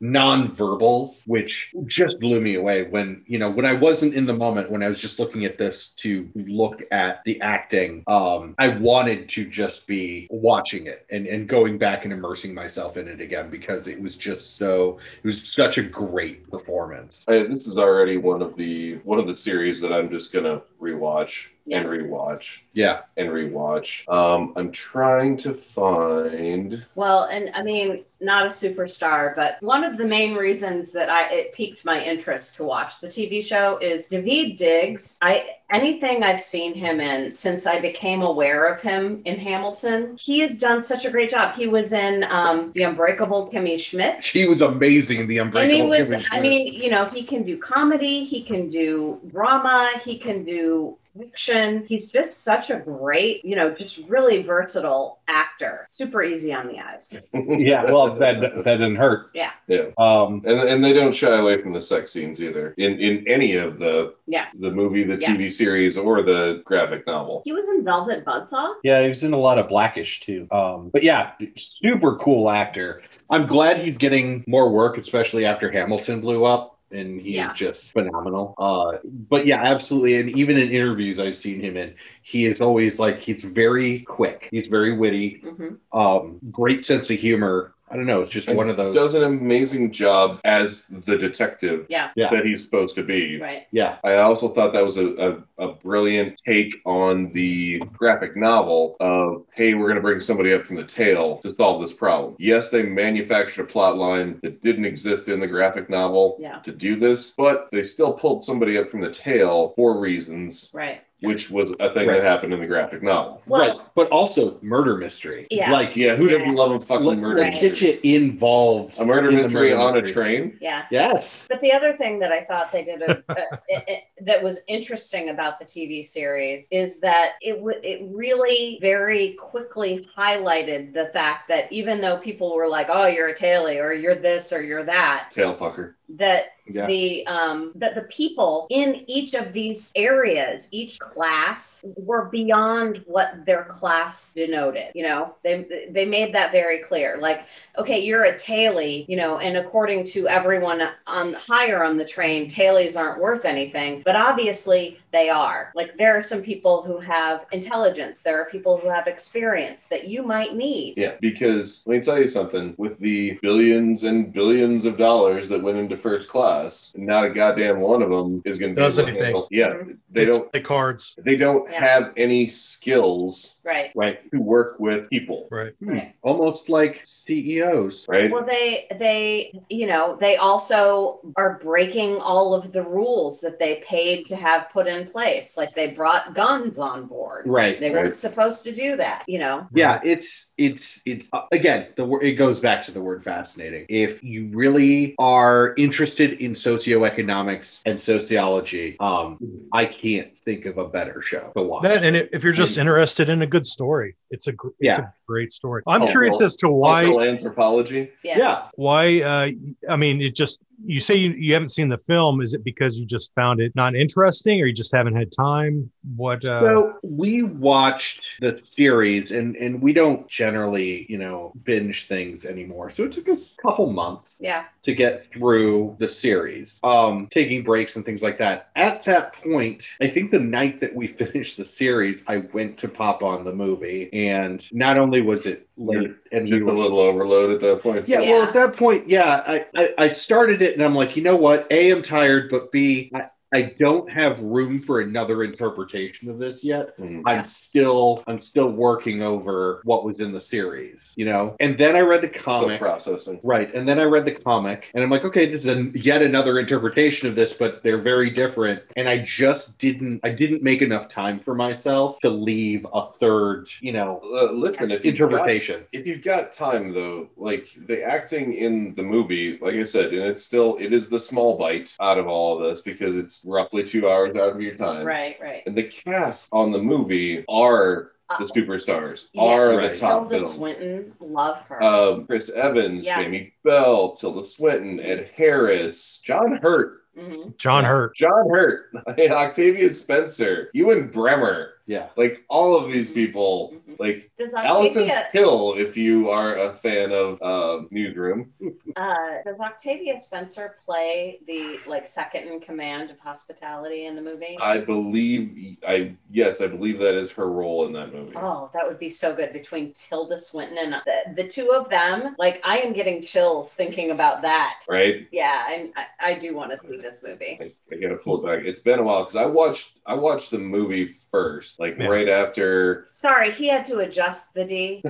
B: nonverbals, which just blew me away when, you know, when I wasn't in the moment, when I was just looking at this to look at the acting, um, I wanted to just be watching it and, and going back and immersing myself in it again because it was just so it was such a great performance.
C: Uh, I, this is already one of the one of the series that I'm just gonna rewatch.
D: Yeah.
C: and rewatch
B: Yeah.
C: and rewatch. Um, I'm trying to find.
D: Well, and I mean, not a superstar, but one of the main reasons that I it piqued my interest to watch the TV show is David Diggs. I anything I've seen him in since I became aware of him in Hamilton, he has done such a great job. He was in um, The Unbreakable Kimmy Schmidt.
B: She was amazing in the
D: And he
B: Unbreakable.
D: was,
B: Kimmy
D: I
B: Schmidt.
D: mean, you know, he can do comedy, he can do drama, he can do fiction. He's just such a great, you know, just really versatile actor. Super easy on the eyes.
B: yeah, well, that that didn't hurt.
D: Yeah.
C: Yeah.
B: Um,
C: And, and they don't shy away from the sex scenes either in, in any of the
D: Yeah.
C: the movie, the
D: Yeah.
C: TV series, or the graphic novel.
D: He was in Velvet Buzzsaw.
B: yeah, he was in a lot of Blackish too. Um, but yeah, super cool actor. I'm glad he's getting more work, especially after Hamilton blew up. And he's
D: Yeah.
B: just phenomenal. Uh, but yeah, absolutely. And even in interviews I've seen him in, he is always like he's very quick. He's very witty.
D: hmm
B: Um, great sense of humor. I don't know. It's just
C: And
B: one of those.
C: Does an amazing job as the detective
D: Yeah,
B: Yeah.
C: that he's supposed to be.
D: right.
B: yeah,
C: I also thought that was a, a, a brilliant take on the graphic novel of, hey, we're going to bring somebody up from the tail to solve this problem. Yes, they manufactured a plot line that didn't exist in the graphic novel
D: Yeah,
C: to do this, but they still pulled somebody up from the tail for reasons,
D: right.
C: which was a thing
B: Right.
C: that happened in the graphic novel.
D: Well,
B: right. But also murder mystery.
D: Yeah.
B: Like
C: Yeah, who doesn't
D: Yeah.
C: love a fucking
B: Let-
C: murder
B: Let's
C: mystery?
B: get you involved.
C: A murder
B: in the
C: mystery
B: murder
C: on a
B: mystery.
C: train?
D: yeah.
B: Yes.
D: But the other thing that I thought they did a, a- it- it- that was interesting about the TV series is that it w- it really very quickly highlighted the fact that even though people were like, "Oh, you're a tailie," or "You're this," or "You're that,"
C: Tail fucker.
D: that
B: Yeah.
D: the um that the people in each of these areas each class were beyond what their class denoted you know they they made that very clear like okay you're a tailie you know and according to everyone on higher on the train tailies aren't worth anything but obviously they are like there are some people who have intelligence there are people who have experience that you might need
C: Yeah, because let me tell you something. With the billions and billions of dollars that went into first class, not a goddamn one of them is going to
E: Does
C: be able to
E: anything.
C: handle- Yeah, they
E: It's
C: don't.
E: the cards,
C: They don't
D: Yeah.
C: have any skills
D: right
B: Right.
C: to work with people,
E: right?
B: Hmm.
D: Right.
B: Almost like E CEOs.
C: right?
D: Well, they they you know they also are breaking all of the rules that they paid to have put in place. Like they brought guns on board.
B: Right.
D: They
C: Right.
D: weren't supposed to do that. You know.
B: Yeah, it's it's it's uh, again the word it goes back to the word fascinating. If you really are interested in socioeconomics and sociology, um, I can't think of a better show to
C: Oh,
B: watch.
E: Mm-hmm. That and if if you're just interested in a good story, it's a gr- it's a great story. I'm
C: Oh,
E: curious
C: well,
E: as to why
C: Cultural anthropology.
D: Yeah.
B: yeah,
E: why uh i mean it just you say you, you haven't seen the film is it because you just found it not interesting or you just haven't had time what uh
B: So we watched the series, and and we don't generally, you know, binge things anymore. So it took us a couple months
D: Yeah.
B: to get through the series, um, taking breaks and things like that. At that point, I think the night that we finished the series, I went to pop on the movie, and not only was it late and
C: Just
B: we
C: a
B: were
C: little overload at that point.
B: yeah, well, at that point, yeah, I, I, I started it and I'm like, you know what? A, I'm tired, but B, I, I don't have room for another interpretation of this yet.
C: Mhm.
B: I'm still I'm still working over what was in the series, you know. And then I read the
C: Still
B: comic,
C: processing.
B: right? And then I read the comic, and I'm like, okay, this is an yet another interpretation of this, but they're very different. And I just didn't I didn't make enough time for myself to leave a third, you know,
C: Uh, listen, if you've got
B: interpretation.
C: if you've got time though like the acting in the movie like i said and it's still it is the small bite out of all of this because it's roughly two hours out of your time
D: Right. Right.
C: and the cast on the movie are the
D: Uh,
C: superstars
D: yeah.
C: are the
B: Right.
C: top
D: Tilda
C: film
D: Swinton, love her.
C: um, chris evans
D: Yeah.
C: jamie bell tilda swinton ed harris john hurt
D: Mhm.
E: john hurt
C: john hurt and octavia spencer ewan bremer
B: Yeah.
C: like all of these people
D: Mhm.
C: Like
D: Does
C: Allison
D: Octavia
C: Hill, if you are a fan of uh, Newsroom.
D: uh, does Octavia Spencer play the like second in command of hospitality in the movie?
C: I believe I yes, I believe that is her role in that movie.
D: Oh, that would be so good between Tilda Swinton and uh, the, the two of them. Like, I am getting chills thinking about that.
C: Right?
D: Yeah, I, I, I do want to see this movie.
C: I, I gotta pull it back. It's been a while because I watched I watched the movie first, like
E: Yeah.
C: right after
D: Sorry, he had to adjust the D.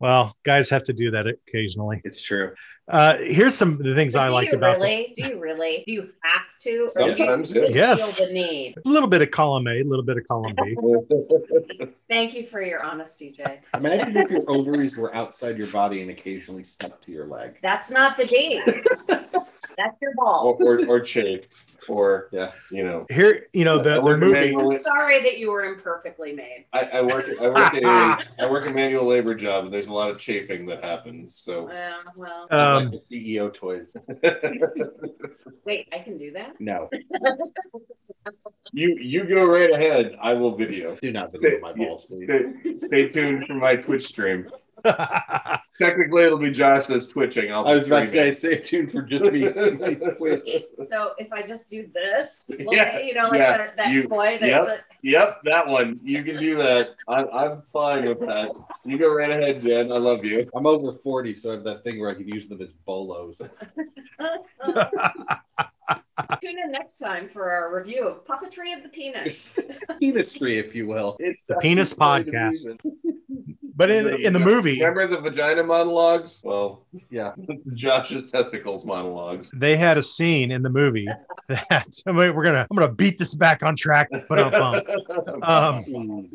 E: well, guys have to do that occasionally.
F: It's true.
E: Uh, here's some of the things I
D: do
E: like
D: you
E: about the-
D: really? Do you really? Do you have to? Or
C: Sometimes,
D: do you
C: yeah.
D: just
E: Yes.
D: Feel the need.
E: a little bit of column A, a little bit of column B.
D: Thank you for your honesty, Jay.
B: Imagine if your ovaries were outside your body and occasionally stuck to your leg.
D: That's not the D. That's your
C: or,
D: ball.
C: or, or chafed or
B: Yeah.
C: you know
E: Here, you know, the,
C: I
E: the
C: work
E: movie.
C: manual-
D: I'm sorry that you were imperfectly made.
C: I, I work I work a I work a manual labor job and there's a lot of chafing that happens. So
D: Well, well.
E: Um,
B: like the CEO toys.
D: Wait, I can do that?
B: No,
C: you you go right ahead. I will video.
B: do not video my balls, please.
C: Stay, stay tuned for my Twitch stream. Technically, it'll be Josh that's twitching. I'll be
B: I was about to say,
C: streaming.
B: stay tuned for just me.
D: So if I just do this, like,
C: Yeah,
D: you know, like
C: yeah,
D: the, that
C: you-
D: toy that
C: yep. Yep, that one. You can do that. I, I'm fine with that. You go right ahead, Jen. I love you.
B: I'm over 40, so I have that thing where I can use them as bolos.
D: Tune in next time for our review of Puppetry of the Penis.
B: Penistry, if you will.
C: It's
E: The Penis Podcast. but in, in the movie,
C: Remember the vagina monologues? Well,
B: Yeah.
C: Josh's testicles monologues.
E: they had a scene in the movie that I mean, we're gonna I'm gonna beat this back on track, but um, um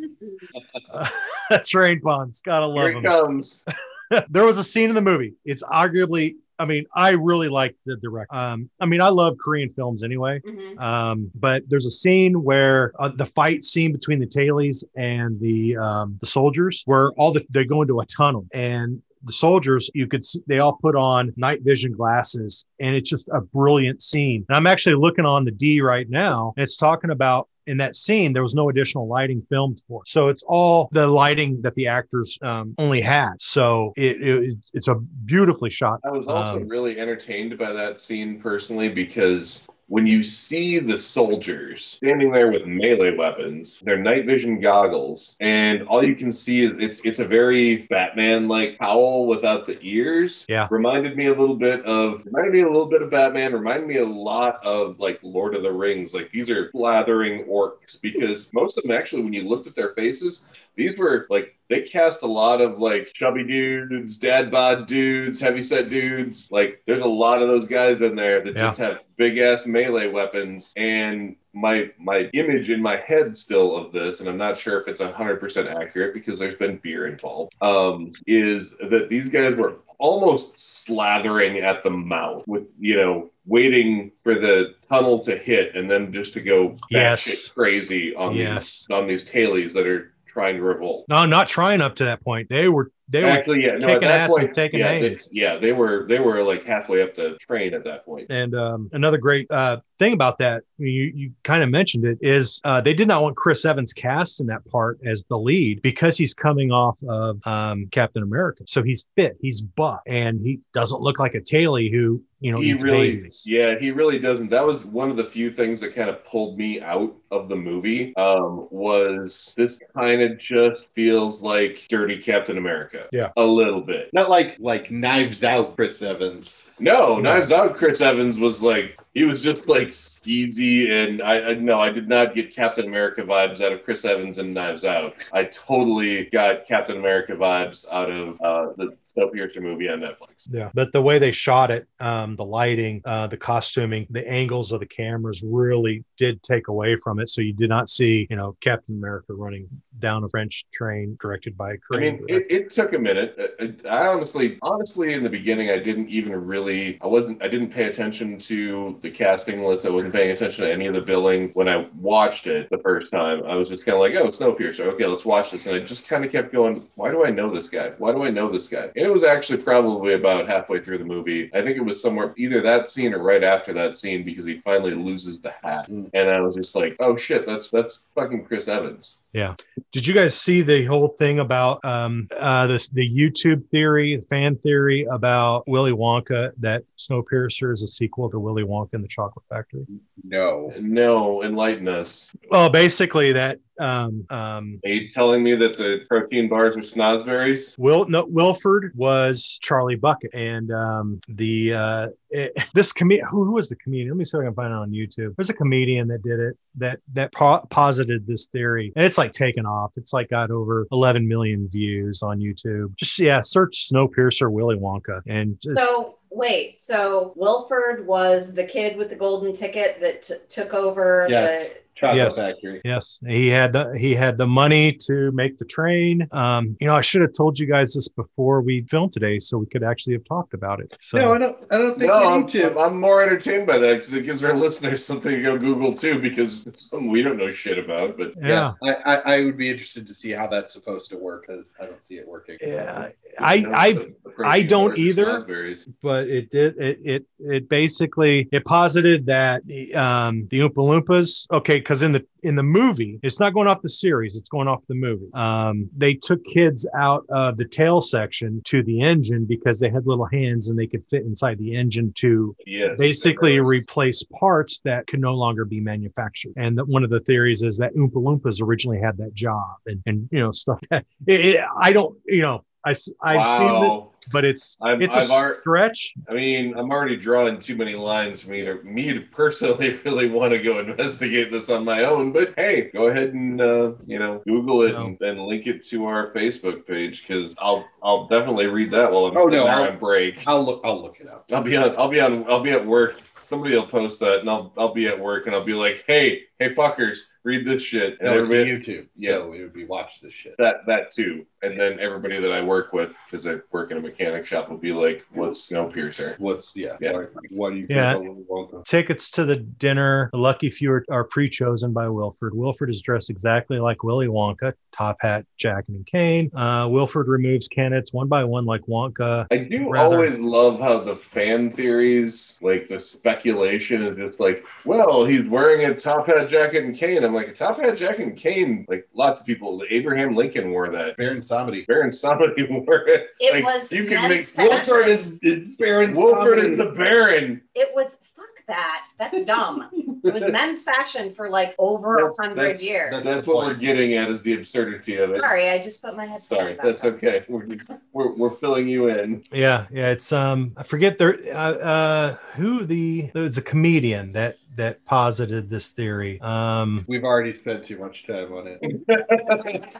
E: train puns, gotta love
C: Here it
E: them.
C: comes.
E: there was a scene in the movie. It's arguably, I mean, I really like the director. Um, I mean, I love Korean films anyway.
D: Mhm.
E: Um, but there's a scene where uh, the fight scene between the tailies and the um, the soldiers, where all the they go into a tunnel and the soldiers you could see, they all put on night vision glasses and it's just a brilliant scene and i'm actually looking on the d right now and it's talking about in that scene there was no additional lighting filmed for it. so it's all the lighting that the actors um, only had so it, it it's a beautifully shot
C: I was also
E: Um,
C: really entertained by that scene personally because when you see the soldiers standing there with melee weapons, their night vision goggles, and all you can see is it's it's a very Batman like cowl without the ears.
E: Yeah.
C: Reminded me a little bit of reminded me a little bit of Batman, reminded me a lot of like Lord of the Rings. Like these are blathering orcs because most of them actually when you looked at their faces, these were like they cast a lot of like chubby dudes, dad bod dudes, heavyset dudes. Like there's a lot of those guys in there that
E: Yeah.
C: just have big ass melee weapons. And my my image in my head still of this, and I'm not sure if it's hundred percent accurate because there's been beer involved, um, is that these guys were almost slathering at the mouth with you know waiting for the tunnel to hit and then just to go
E: Yes.
C: batshit crazy on these
E: yes
C: on these tailies that are trying to revolt.
E: no not trying up to that point they were they were
C: Actually, yeah, no, at
E: kicking
C: that
E: ass and
C: point,
E: taking
C: yeah, they,
E: names.
C: yeah, they were they were like halfway up the train at that point.
E: And um, another great uh, thing about that, you, you kind of mentioned it, is uh, they did not want Chris Evans cast in that part as the lead because he's coming off of um, Captain America. So he's fit, he's buff, and he doesn't look like a tailie who, you know,
C: he
E: eats
C: really,
E: babies.
C: yeah, he really doesn't. That was one of the few things that kind of pulled me out of the movie. Um, was this kind of just feels like dirty Captain America?
E: Yeah.
C: a little bit.
B: Not like like Knives Out, Chris Evans.
C: No,
E: No.
C: Knives Out. Chris Evans was like he was just like skeezy, and I, I no, I did not get Captain America vibes out of Chris Evans and Knives Out. I totally got Captain America vibes out of uh, the Snowpiercer movie on Netflix.
E: Yeah. But the way they shot it, um, the lighting, uh, the costuming, the angles of the cameras really did take away from it. So you did not see, you know, Captain America running down a French train directed by a
C: I
E: Korean.
C: mean, it, it took a minute. I- I, I honestly, honestly, in the beginning, I didn't even really, I wasn't, I didn't pay attention to the casting list. I wasn't paying attention to any of the billing when I watched it the first time. I was just kind of like, oh, Snowpiercer. Okay, let's watch this. And I just kind of kept going, why do I know this guy? Why do I know this guy? And it was actually probably about halfway through the movie. I think it was somewhere either that scene or right after that scene because he finally loses the hat.
B: Mm.
C: And I was just like, oh shit, that's that's fucking Chris Evans.
E: Yeah. Did you guys see the whole thing about um, uh, the the YouTube theory, the fan theory about Willy Wonka that Snowpiercer is a sequel to Willy Wonka and the Chocolate Factory?
B: No.
C: No, enlighten us.
E: Well, basically that um, um,
C: Are you telling me that the protein bars are snozberries?
E: Will no, Wilford was Charlie Bucket, and um, the uh, it- this comedian who, who was the comedian? Let me see if I can find it on YouTube. There's a comedian that did it that that po- posited this theory, and it's like taken off. It's like got over 11 million views on YouTube. Just yeah, search Snowpiercer Willy Wonka, and just,
D: So wait, so Wilford was the kid with the golden ticket that t- took over
B: Yes. Chocolate
E: Yes.
B: Factory.
E: Yes, he had the he had the money to make the train. Um, you know, I should have told you guys this before we filmed today, so we could actually have talked about it. So
B: No, I don't. I don't think
C: No,
B: we
C: I'm,
B: need to.
C: I'm more entertained by that because it gives our listeners something to go Google too because it's something we don't know shit about. But
E: yeah.
B: I, I, I would be interested to see how that's supposed to work because I don't see it working.
E: Yeah, I,
C: The
E: I
C: protein
E: don't
C: bars are
E: either.
C: snozberries.
E: I, but it did, it, it, it basically, it posited that the, um, the Oompa Loompas, okay, because in the, in the movie, it's not going off the series, it's going off the movie. Um, they took kids out of the tail section to the engine because they had little hands and they could fit inside the engine to
C: Yes.
E: basically
C: those.
E: replace parts that could no longer be manufactured. And that one of the theories is that Oompa Loompas originally had that job and, and you know, stuff that it, it- I don't, you know, I, have seen the,
C: Wow.
E: but it's
C: I've-
E: it's
C: I've
E: a
C: ar-
E: stretch.
C: I mean, I'm already drawing too many lines for me to me to personally really want to go investigate this on my own. But hey, go ahead and uh, you know Google it
E: So-
C: and, and link it to our Facebook page because I'll I'll definitely read that while I'm
B: Oh, no,
C: sitting there
B: I'll-
C: on break.
B: I'll look. I'll look it up.
C: I'll be on I'll be on I'll be at work. Somebody will post that and I'll I'll be at work and I'll be like, hey hey fuckers, read this shit and
B: No, it's
C: everybody
B: YouTube.
C: yeah.
B: so it would be watch this shit.
C: that that too. And then everybody that I work with because I work in a mechanic shop will be like, what's Snowpiercer?
B: What's yeah?
C: Yeah.
B: What, what do you?
E: Yeah.
B: Welcome.
E: Tickets to the dinner, the lucky few are, are pre-chosen by Wilford. Wilford is dressed exactly like Willy Wonka, top hat, jacket, and cane. Uh, Wilford removes candidates one by one like Wonka.
C: I do
E: rather-
C: always love how the fan theories, like the speculation, is just like, well, he's wearing a top hat jacket and cane. I'm like, a top hat jacket and cane. Like lots of people, Abraham Lincoln wore that.
B: Baron Samedi.
C: Baron somebody wore it.
D: It
C: like,
D: was
C: you can make
D: men's fashion.
C: Wilford is
B: is Baron.
C: Wilford
B: Samedi.
C: is the Baron.
D: It was fuck that. That's dumb. it was men's fashion for like over a
C: That's-
D: hundred
C: that's-
D: years.
C: That's what we're getting at is the absurdity of it.
D: Sorry, I just put my head.
C: Sorry, that's okay. We're, we're we're filling you in.
E: Yeah, yeah. It's um, I forget there. Uh, uh who the there's a comedian that that posited this theory. Um,
B: We've already spent too much time on it.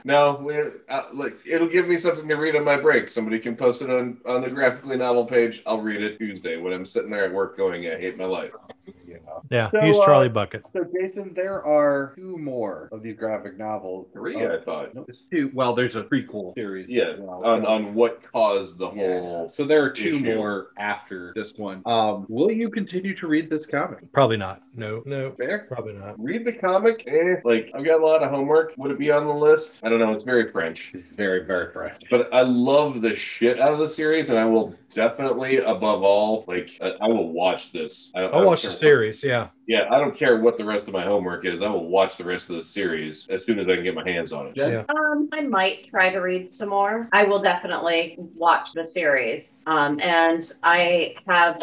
C: No, we're, uh, look, it'll give me something to read on my break. Somebody can post it on, on the graphically novel page. I'll read it Tuesday when I'm sitting there at work going, I hate my life.
B: Yeah.
E: yeah,
B: So,
E: he's
B: uh,
E: Charlie Bucket.
B: So Jason, there are two more of these graphic novels.
C: Three,
B: Oh,
C: I thought.
B: no, it's two. Well, there's a prequel series. as
C: Yeah,
B: well.
C: on, on what caused the
B: Yeah.
C: whole.
B: So there are two
C: issue.
B: more after this one. Um, will you continue to read this comic?
E: Probably not. No, no,
B: Fair.
E: probably not.
C: Read the comic. Eh, like, I've got a lot of homework. Would it be on the list? I don't know. It's very French.
B: It's very, very fresh.
C: But I love the shit out of the series, and I will definitely, above all, like, I, I will watch this. I,
E: I'll watch the
C: series.
E: series. Yeah.
C: Yeah, I don't care what the rest of my homework is. I will watch the rest of the series as soon as I can get my hands on it.
B: Jen?
E: Yeah.
D: Um, I might try to read some more. I will definitely watch the series. Um, and I have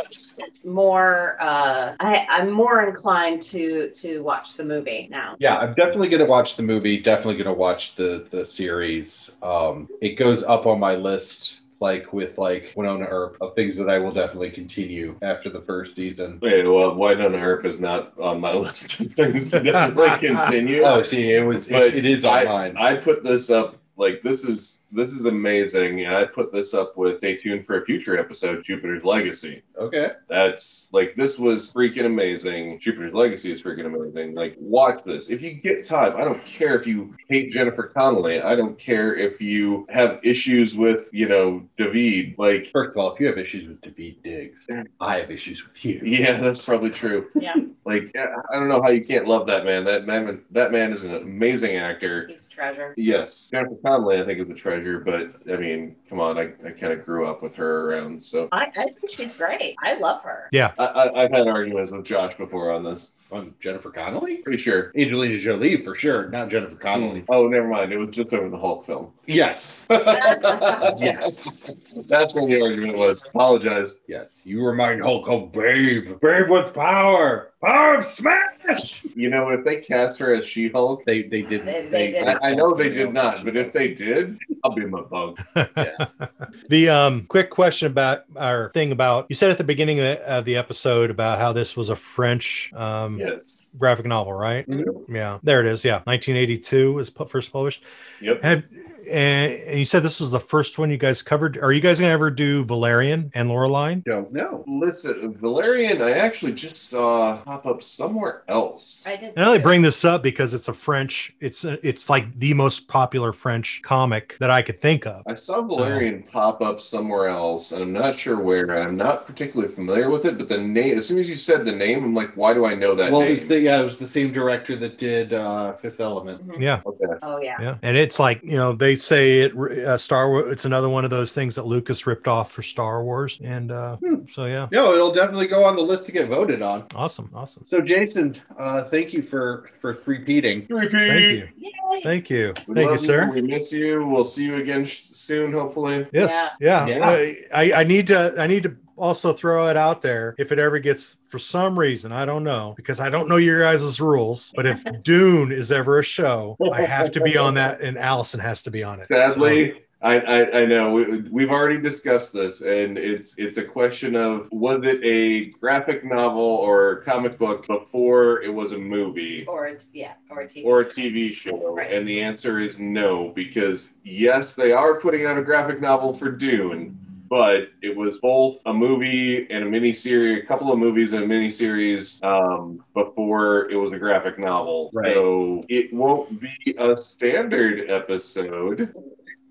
D: more. Uh, I, I'm more inclined to to watch the movie now.
B: Yeah, I'm definitely gonna watch the movie. Definitely gonna watch the the series. Um, it goes up on my list, like with like Winona Earp of things that I will definitely continue after the first season.
C: Wait, well, Winona Earp is not on my list of things to definitely continue.
B: Oh, see, it was
C: But
B: it, it is on mine.
C: I put this up like this is this is amazing, and I put this up with stay tuned for a future episode, Jupiter's Legacy.
B: okay,
C: That's like this was freaking amazing. Jupiter's Legacy is freaking amazing. Like, watch this. If you get time, I don't care if you hate Jennifer Connelly. I don't care if you have issues with, you know, David. Like,
B: first of all, if you have issues with David Diggs, I have issues with you.
C: yeah, that's probably true.
D: Yeah,
C: Like, I don't know how you can't love that man. That man, that man is an amazing actor.
D: he's treasure.
C: Yes, Jennifer Connelly, I think, is a treasure. But I mean, come on, I, I kind of grew up with her around, so
D: I, I think she's great. I love her.
C: I, I, I've had arguments with Josh before on this.
B: on Jennifer Connelly?
C: Pretty sure.
B: Angelina Jolie for sure, not Jennifer Connelly.
C: Oh, never mind. It was just over the Hulk film.
B: Yes.
C: yes. That's where the argument was. Apologize.
B: Yes. You remind Hulk of Babe. Babe with power. Power of smash.
C: You know, if they cast her as She Hulk,
B: They they didn't.
D: They- they didn't.
C: I, I know they did not, but if they did, I'll be my bug.
E: The um, quick question about our thing about you said at the beginning of the, of the episode about how this was a French um,
C: Yes.
E: graphic novel, right?
C: Mhm.
E: Yeah, there it is. Yeah, 1982 was pu- first published.
C: Yep.
E: Have, and and you said this was the first one you guys covered. Are you guys gonna ever do Valerian and Loreline?
B: Don't know.
C: Listen, Valerian, I actually just saw pop up somewhere else.
D: I did.
E: And I only
D: too.
E: bring this up because it's a French. It's it's like the most popular French comic that I could think of.
C: I saw Valerian pop up somewhere else, and I'm not sure where. and I'm not particularly familiar with it, but the name, as soon as you said the name, I'm like, why do I know that
B: Well, it
C: name?
B: was the, yeah, it was the same director that did uh, Fifth Element.
D: Mhm.
E: Yeah.
C: okay.
D: Oh yeah.
E: Yeah, and it's like you know they say it uh, Star Wars. It's another one of those things that Lucas ripped off for Star Wars, and uh,
B: Hmm.
E: so yeah,
B: No, it'll definitely go on the list to get voted on.
E: awesome, awesome.
B: So, Jason, uh, thank you for for repeating.
E: Thank you,
D: Yay.
E: thank you,
C: We
E: thank you,
C: love
E: sir.
C: We miss you. We'll see you again sh- soon, hopefully.
E: Yes, yeah.
B: Yeah.
E: I, I I need to I need to also throw it out there if it ever gets for some reason I don't know because I don't know your guys' rules, but if Dune is ever a show, I have to be on that, and Allison has to be on it. So-
C: Sadly, I, I I know we, we've already discussed this, and it's it's a question of was it a graphic novel or comic book before it was a movie
D: Or it's yeah. Or it's
C: or a TV show?
D: Right.
C: And the answer is no, because yes, they are putting out a graphic novel for Dune. But it was both a movie and a miniseries, a couple of movies and a miniseries um, before it was a graphic novel.
B: Right.
C: So it won't be a standard episode.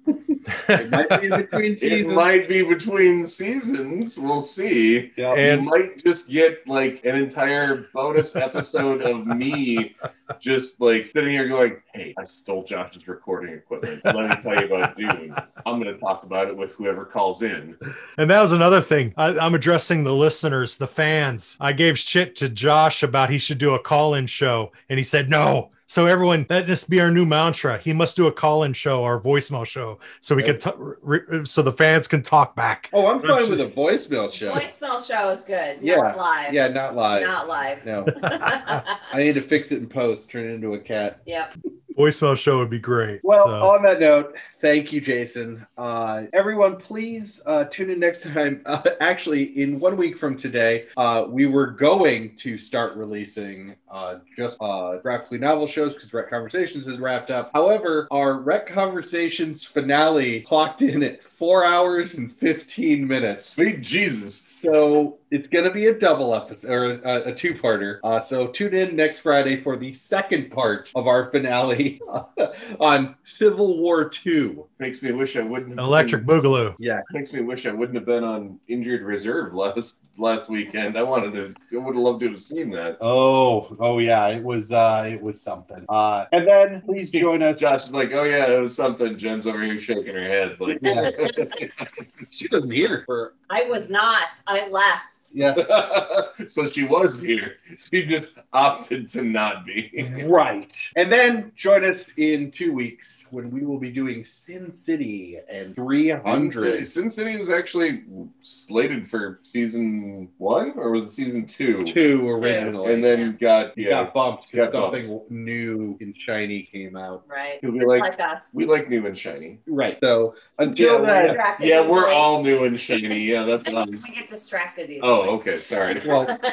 B: It might be in between
C: It
B: seasons.
C: might be between seasons. We'll see.
B: Yeah.
E: And-
C: we might just get like an entire bonus episode of me just like sitting here going, Hey, I stole Josh's recording equipment. Let me tell you about Dune. I'm going to talk about it with whoever calls in.
E: And that was another thing. I, I'm addressing the listeners, the fans. I gave shit to Josh about he should do a call in show, and he said no. So everyone, that must be our new mantra. He must do a call in show or voicemail show, so we can, t- re- so the fans can talk back.
B: Oh, I'm fine with a voicemail
D: yeah.
B: show.
D: Voicemail show is good.
B: Yeah.
D: Not live.
B: Yeah, not live.
D: Not live.
B: No, I need to fix it in post. Turn it into a cat.
D: yep.
E: Voicemail show would be great.
B: Well, uh,
E: So-
B: on that note, thank you, Jason. Uh, everyone, please uh, tune in next time. Uh, actually, in one week from today, uh, we were going to start releasing uh, just uh, graphically novel shows because Rec Conversations is wrapped up. However, our Rec Conversations finale clocked in at four hours and 15 minutes.
C: Sweet Jesus.
B: So it's going to be a double episode or a, a two parter. Uh, so tune in next Friday for the second part of our finale on Civil War II.
C: Makes me wish I wouldn't have
E: Electric Boogaloo.
B: Yeah.
C: makes me wish I wouldn't have been on injured reserve last last weekend. I wanted to I would have loved to have seen that.
B: Oh, oh yeah. It was, uh, it was something. Uh, and then please join us.
C: Josh is like, oh yeah, it was something. Jen's over here shaking her head, like,
B: Yeah. She doesn't hear. For,
D: I was not. I left.
B: yeah.
C: so she was here. She just opted to not be.
B: Right. And then join us in two weeks when we will be doing Sin City and 300.
C: Sin City was actually slated for season one, or was it season two?
B: Two originally.
C: And then got yeah,
B: got bumped.
C: Got
B: something new and shiny came out.
D: Right.
C: 'cause we like
D: Like us.
C: we like new and shiny.
B: Right. So until
C: Yeah,
B: then,
D: Distracted
C: Yeah, we're
D: easily.
C: all new and shiny. Yeah, that's
D: I think
C: us.
D: we get distracted easily.
C: Oh, okay, sorry.
B: well,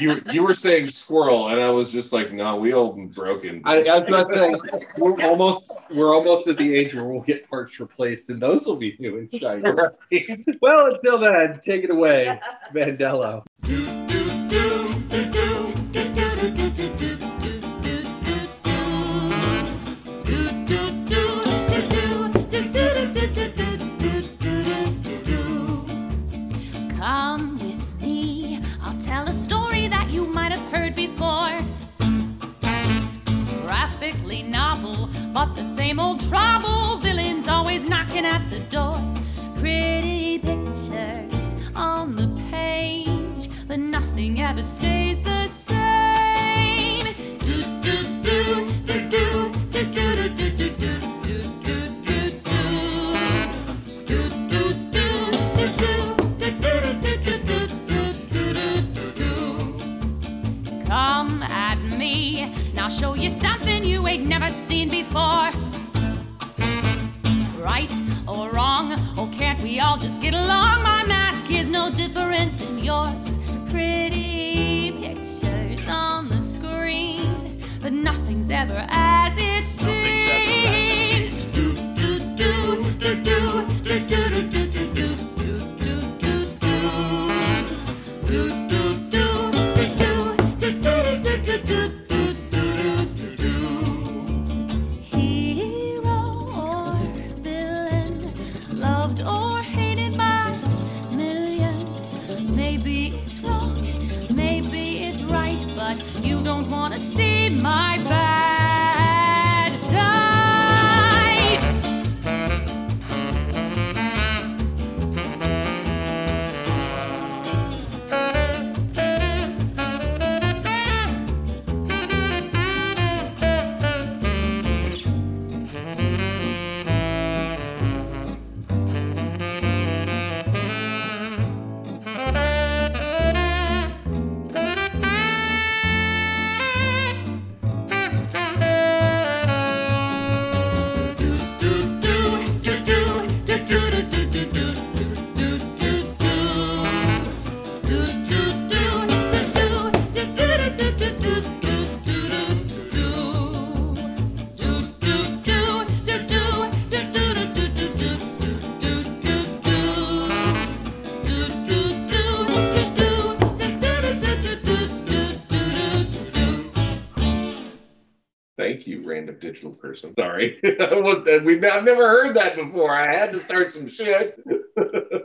C: You you were saying squirrel, and I was just like, no, we old and broken.
B: I, I was about to say we're almost we're almost at the age where we'll get parts replaced, and those will be new and shiny. well, until then, take it away, Mandela.
A: Come with me, I'll tell a story that you might have heard before. Graphically novel, but the same old trouble. Villains always knocking at the door. Pretty pictures on the page, but nothing ever stays the same. I'll show you something you ain't never seen before. Right or wrong, or can't we all just get along? My mask is no different than yours. Pretty pictures on the screen, but nothing's ever as it seems.
F: Nothing's ever as it seems. Do, do, do, do, do, do, do, do, do, do, do.
A: Hero or villain, loved or hated by millions. Maybe it's wrong, maybe it's right, but you don't want to see my bad side.
C: Thank you, random digital person. Sorry. I want that- We've, I've never heard that before. I had to start some shit.